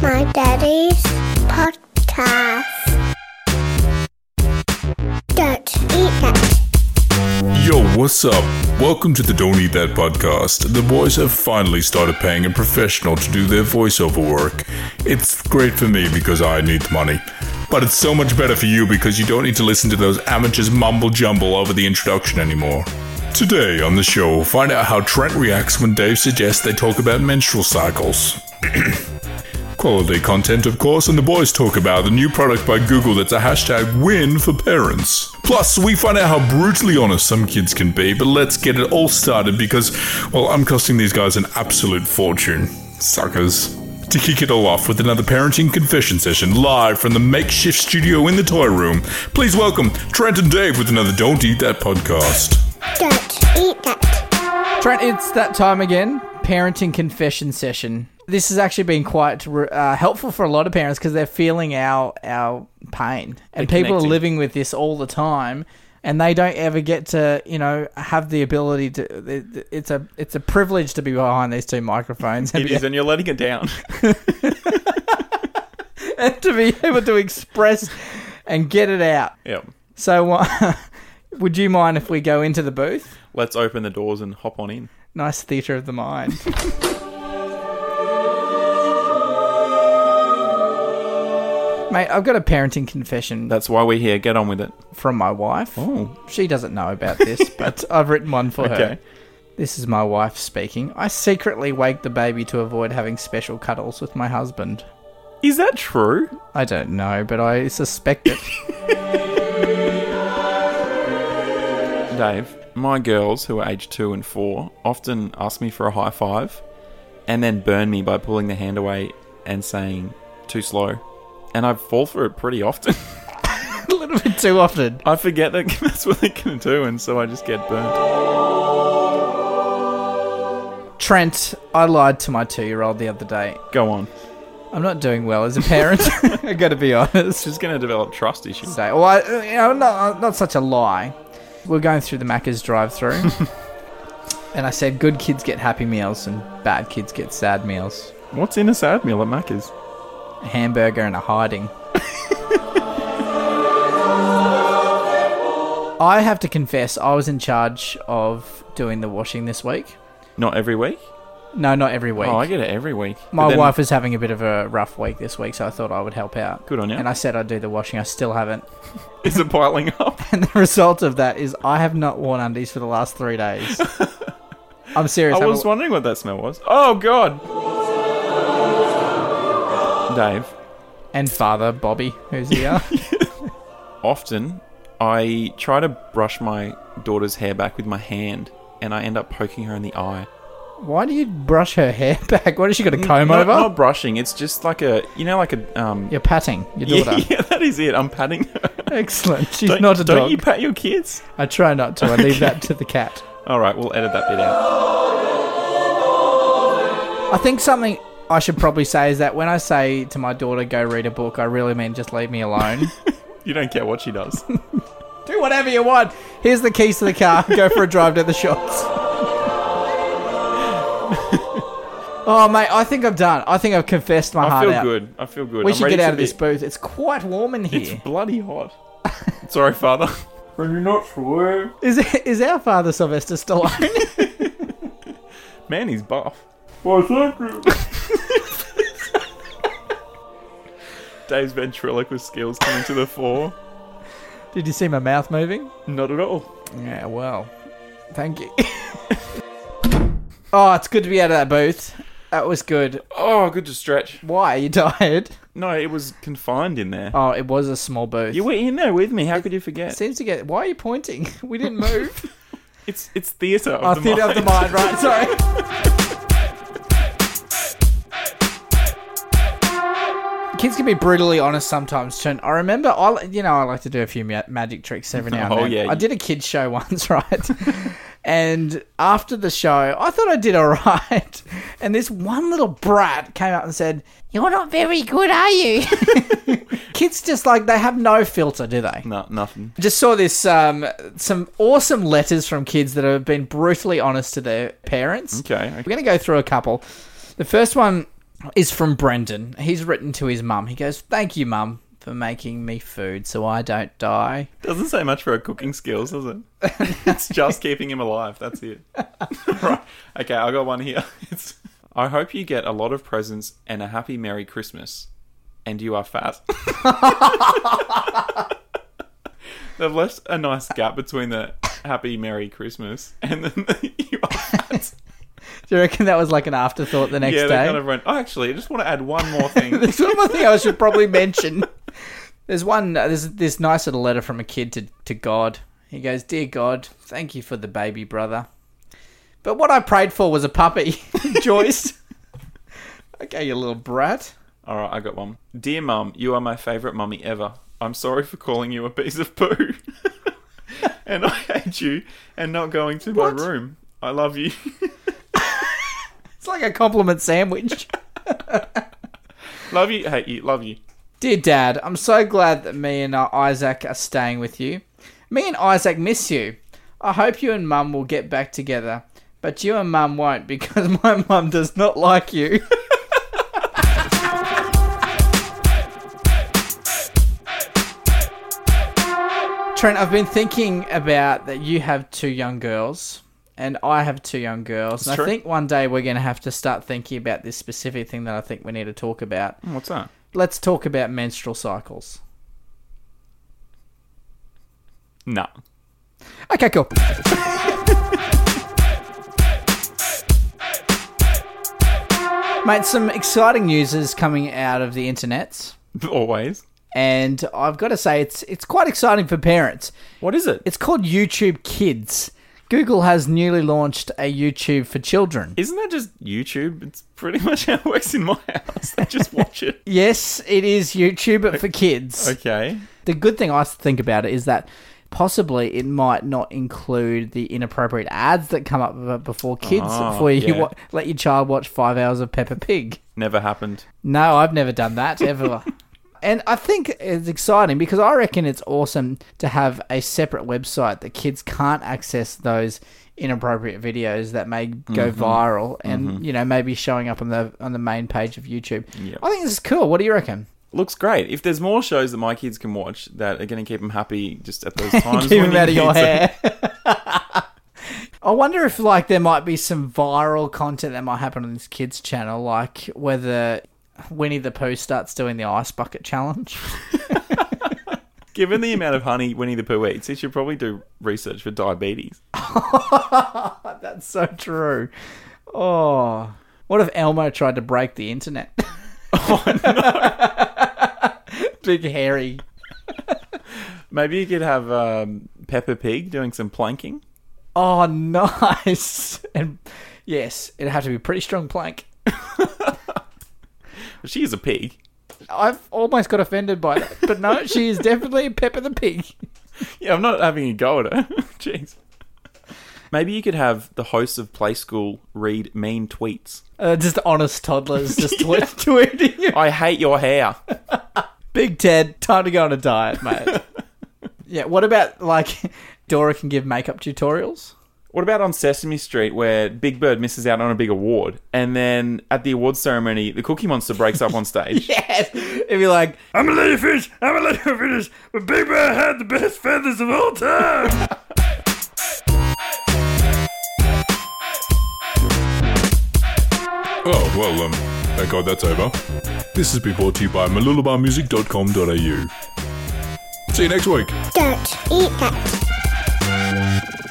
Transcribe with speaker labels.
Speaker 1: Daddy's podcast. Don't eat that.
Speaker 2: Yo, what's up? Welcome to the Don't Eat That podcast. The boys have finally started paying a professional to do their voiceover work. It's great for me because I need money. But it's so much better for you because you don't need to listen to those amateurs mumble jumble over the introduction anymore. Today on the show, find out how Trent reacts when Dave suggests they talk about menstrual cycles. Quality content, of course, and the boys talk about the new product by Google that's a hashtag win for parents. Plus, we find out how brutally honest some kids can be, but let's get it all started because, well, I'm costing these guys an absolute fortune. Suckers. To kick it all off with another parenting confession session live from the makeshift studio in the toy room, please welcome Trent and Dave with another Don't Eat That podcast.
Speaker 1: Don't eat that.
Speaker 3: Trent, it's that time again. Parenting confession session. This has actually been quite uh, helpful for a lot of parents because they're feeling our our pain, and people are
Speaker 4: connecting.
Speaker 3: living with this all the time, and they don't ever get to you know have the ability to. it- It's a it's a privilege to be behind these two microphones and,
Speaker 4: It
Speaker 3: be,
Speaker 4: is, and you're letting it down.
Speaker 3: and to be able to express and get it out.
Speaker 4: yep.
Speaker 3: So, uh, would you mind if we go into the booth?
Speaker 4: Let's open the doors and hop on in.
Speaker 3: Nice theatre of the mind. Mate, I've got a parenting confession
Speaker 4: That's why we're here. Get on with it.
Speaker 3: from my wife.
Speaker 4: Oh.
Speaker 3: She doesn't know about this, but I've written one for her.
Speaker 4: Okay.
Speaker 3: This is my wife speaking. I secretly wake the baby to avoid having special cuddles with my husband.
Speaker 4: Is that true?
Speaker 3: I don't know, but I suspect it.
Speaker 4: Dave, my girls who are age two and four often ask me for a high five and then burn me by pulling their hand away and saying, too slow. And I fall for it pretty often.
Speaker 3: a little bit too often.
Speaker 4: I forget that that's what they're going to do, and so I just get burnt.
Speaker 3: Trent, I lied to my two year old the other day.
Speaker 4: Go on.
Speaker 3: I'm not doing well as a parent. I gotta be honest.
Speaker 4: She's going to develop trust issues.
Speaker 3: say. Well, I, you know, not, not such a lie. We're going through the Macca's drive-through, and I said, "Good kids get happy meals, and bad kids get sad meals.
Speaker 4: What's in a sad meal at Macca's?
Speaker 3: A hamburger and a hiding." I have to confess, I was in charge of doing the washing this week.
Speaker 4: Not every week?
Speaker 3: No, not every week.
Speaker 4: Oh, I get it every week. But
Speaker 3: My
Speaker 4: then-
Speaker 3: wife was having a bit of a rough week this week, so I thought I would help out.
Speaker 4: Good on you.
Speaker 3: And I said I'd do the washing. I still haven't.
Speaker 4: Is it piling up?
Speaker 3: And the result of that is I have not worn undies for the last three days. I'm serious.
Speaker 4: I
Speaker 3: haven't-
Speaker 4: was wondering what that smell was. Oh god. Dave,
Speaker 3: and father, Bobby, who's here.
Speaker 4: often I try to brush my daughter's hair back with my hand and I end up poking her in the eye.
Speaker 3: Why do you brush her hair back? What has she got a comb
Speaker 4: not,
Speaker 3: over?
Speaker 4: Not brushing, it's just like a you know like a um
Speaker 3: You're patting your
Speaker 4: yeah,
Speaker 3: daughter.
Speaker 4: yeah, that is it. I'm patting her.
Speaker 3: Excellent. She's
Speaker 4: Don't,
Speaker 3: not a
Speaker 4: don't
Speaker 3: dog.
Speaker 4: you pat your kids?
Speaker 3: I try not to. I leave that to the cat.
Speaker 4: All right, we'll edit that bit out.
Speaker 3: I think something I should probably say is that when I say to my daughter, go read a book, I really mean just leave me alone.
Speaker 4: You don't care what she does.
Speaker 3: do whatever you want. Here's the keys to the car. Go for a drive to the shops. oh, mate, I think I'm done. I think I've confessed my
Speaker 4: I
Speaker 3: heart
Speaker 4: feel
Speaker 3: out.
Speaker 4: good. I feel good.
Speaker 3: We
Speaker 4: I'm
Speaker 3: should
Speaker 4: ready
Speaker 3: get
Speaker 4: to
Speaker 3: out of
Speaker 4: be-
Speaker 3: this booth. It's quite warm in
Speaker 4: It's
Speaker 3: here.
Speaker 4: bloody hot. Sorry, father. When you're not sure.
Speaker 3: Is is our father Sylvester Stallone?
Speaker 4: Man, he's buff. Dave's ventriloquist skills coming to the fore.
Speaker 3: Did you see my mouth moving?
Speaker 4: Not at all.
Speaker 3: Yeah, well, thank you. oh, it's good to be out of that booth. That was good.
Speaker 4: Oh, good to stretch.
Speaker 3: Why are you tired?
Speaker 4: No, it was confined in there.
Speaker 3: Oh, it was a small booth.
Speaker 4: You were in there with me. How could you forget?
Speaker 3: Seems to get. Why are you pointing? We didn't move.
Speaker 4: It's it's theatre
Speaker 3: I
Speaker 4: of, the
Speaker 3: think oh,
Speaker 4: mind.
Speaker 3: of the mind, right? Sorry. Kids can be brutally honest sometimes. Trent. I remember, I you know, I like to do a few ma- magic tricks every now and
Speaker 4: Oh,
Speaker 3: then.
Speaker 4: yeah.
Speaker 3: I did a kids show once, right? and after the show, I thought I did all right. And this one little brat came up and said, "You're not very good, are you?" kids just like they have no filter, do they?
Speaker 4: No, nothing.
Speaker 3: just saw this um, some awesome letters from kids that have been brutally honest to their parents.
Speaker 4: Okay.
Speaker 3: We're going to go through a couple. The first one is from Brendan. He's written to his mum. He goes, Thank you, mum, for making me food so I don't die.
Speaker 4: Doesn't say much for her cooking skills, does it? it's just keeping him alive. That's it. right. Okay, I got one here. It's, I hope you get a lot of presents and a happy Merry Christmas. And you are fat. They've left a nice gap between the happy Merry Christmas and then the you are fat.
Speaker 3: Do you reckon that was like an afterthought the next
Speaker 4: yeah, they
Speaker 3: day?
Speaker 4: kind of went, oh, actually, I just want to add one more thing.
Speaker 3: There's one more thing I should probably mention. There's one. uh, There's this nice little letter from a kid to to God. He goes, "Dear God, thank you for the baby brother, but what I prayed for was a puppy." Joyce, okay, you little brat.
Speaker 4: All right, I got one. Dear Mum, you are my favourite mummy ever. I'm sorry for calling you a piece of poo. and I hate you and not going to
Speaker 3: What?
Speaker 4: my room. I love you.
Speaker 3: It's like a compliment sandwich.
Speaker 4: love you, hate you, love you.
Speaker 3: Dear Dad, I'm so glad that me and uh, Isaac are staying with you. Me and Isaac miss you. I hope you and Mum will get back together, but you and Mum won't because my Mum does not like you. Trent, I've been thinking about that you have two young girls. And I have two young girls. and
Speaker 4: true.
Speaker 3: I think one day we're going to have to start thinking about this specific thing that I think we need to talk about
Speaker 4: Hmm, What's that?
Speaker 3: let's talk about menstrual cycles.
Speaker 4: No.
Speaker 3: Okay, cool. Mate, some exciting news is coming out of the internet,
Speaker 4: Always.
Speaker 3: and I've got to say it's it's quite exciting for parents.
Speaker 4: What is it?
Speaker 3: It's called YouTube Kids. Google has newly launched a YouTube for children.
Speaker 4: Isn't that just YouTube? It's pretty much how it works in my house. They just watch it.
Speaker 3: Yes, it is YouTube but for kids.
Speaker 4: Okay.
Speaker 3: The good thing I think about it is that possibly it might not include the inappropriate ads that come up b- before kids
Speaker 4: Ah,
Speaker 3: before you
Speaker 4: yeah.
Speaker 3: wa- let your child watch five hours of Peppa Pig.
Speaker 4: Never happened.
Speaker 3: No, I've never done that ever. and I think it's exciting because I reckon it's awesome to have a separate website that kids can't access those inappropriate videos that may go
Speaker 4: Mm-hmm.
Speaker 3: viral and you know maybe showing up on the on the main page of YouTube.
Speaker 4: Yep.
Speaker 3: I think this is cool. What do you reckon?
Speaker 4: Looks great. If there's more shows that my kids can watch that are going to keep them happy just at those times.
Speaker 3: Keep
Speaker 4: when
Speaker 3: him
Speaker 4: you
Speaker 3: out of your
Speaker 4: need them.
Speaker 3: hair. I wonder if like there might be some viral content that might happen on this kids channel, like whether Winnie the Pooh starts doing the ice bucket challenge.
Speaker 4: Given the amount of honey Winnie the Pooh eats, he should probably do research for diabetes.
Speaker 3: That's so true. Oh, what if Elmo tried to break the internet? Oh, Big hairy.
Speaker 4: Maybe you could have um, Peppa Pig doing some planking.
Speaker 3: Oh, nice. And yes, it'd have to be a pretty strong plank.
Speaker 4: She is a pig.
Speaker 3: I've almost got offended by that, but no, she is definitely Pepper the Pig.
Speaker 4: Yeah, I'm not having a go at her. Jeez. Maybe you could have the hosts of Play School read mean tweets.
Speaker 3: Uh, just honest toddlers just twi- tweeting you.
Speaker 4: I hate your hair.
Speaker 3: Big Ted, time to go on a diet, mate. yeah, what about like Dora can give makeup tutorials?
Speaker 4: What about on Sesame Street where Big Bird misses out on a big award and then at the awards ceremony the Cookie Monster breaks up on stage?
Speaker 3: Yes. It'd be like,
Speaker 5: I'm a ladyfish. I'm a ladyfish. But Big Bear had the best feathers of all time.
Speaker 2: Oh, well, um, thank God that's over. This has been brought to you by malulabarmusic.com.au. See you next week.
Speaker 1: Don't eat that.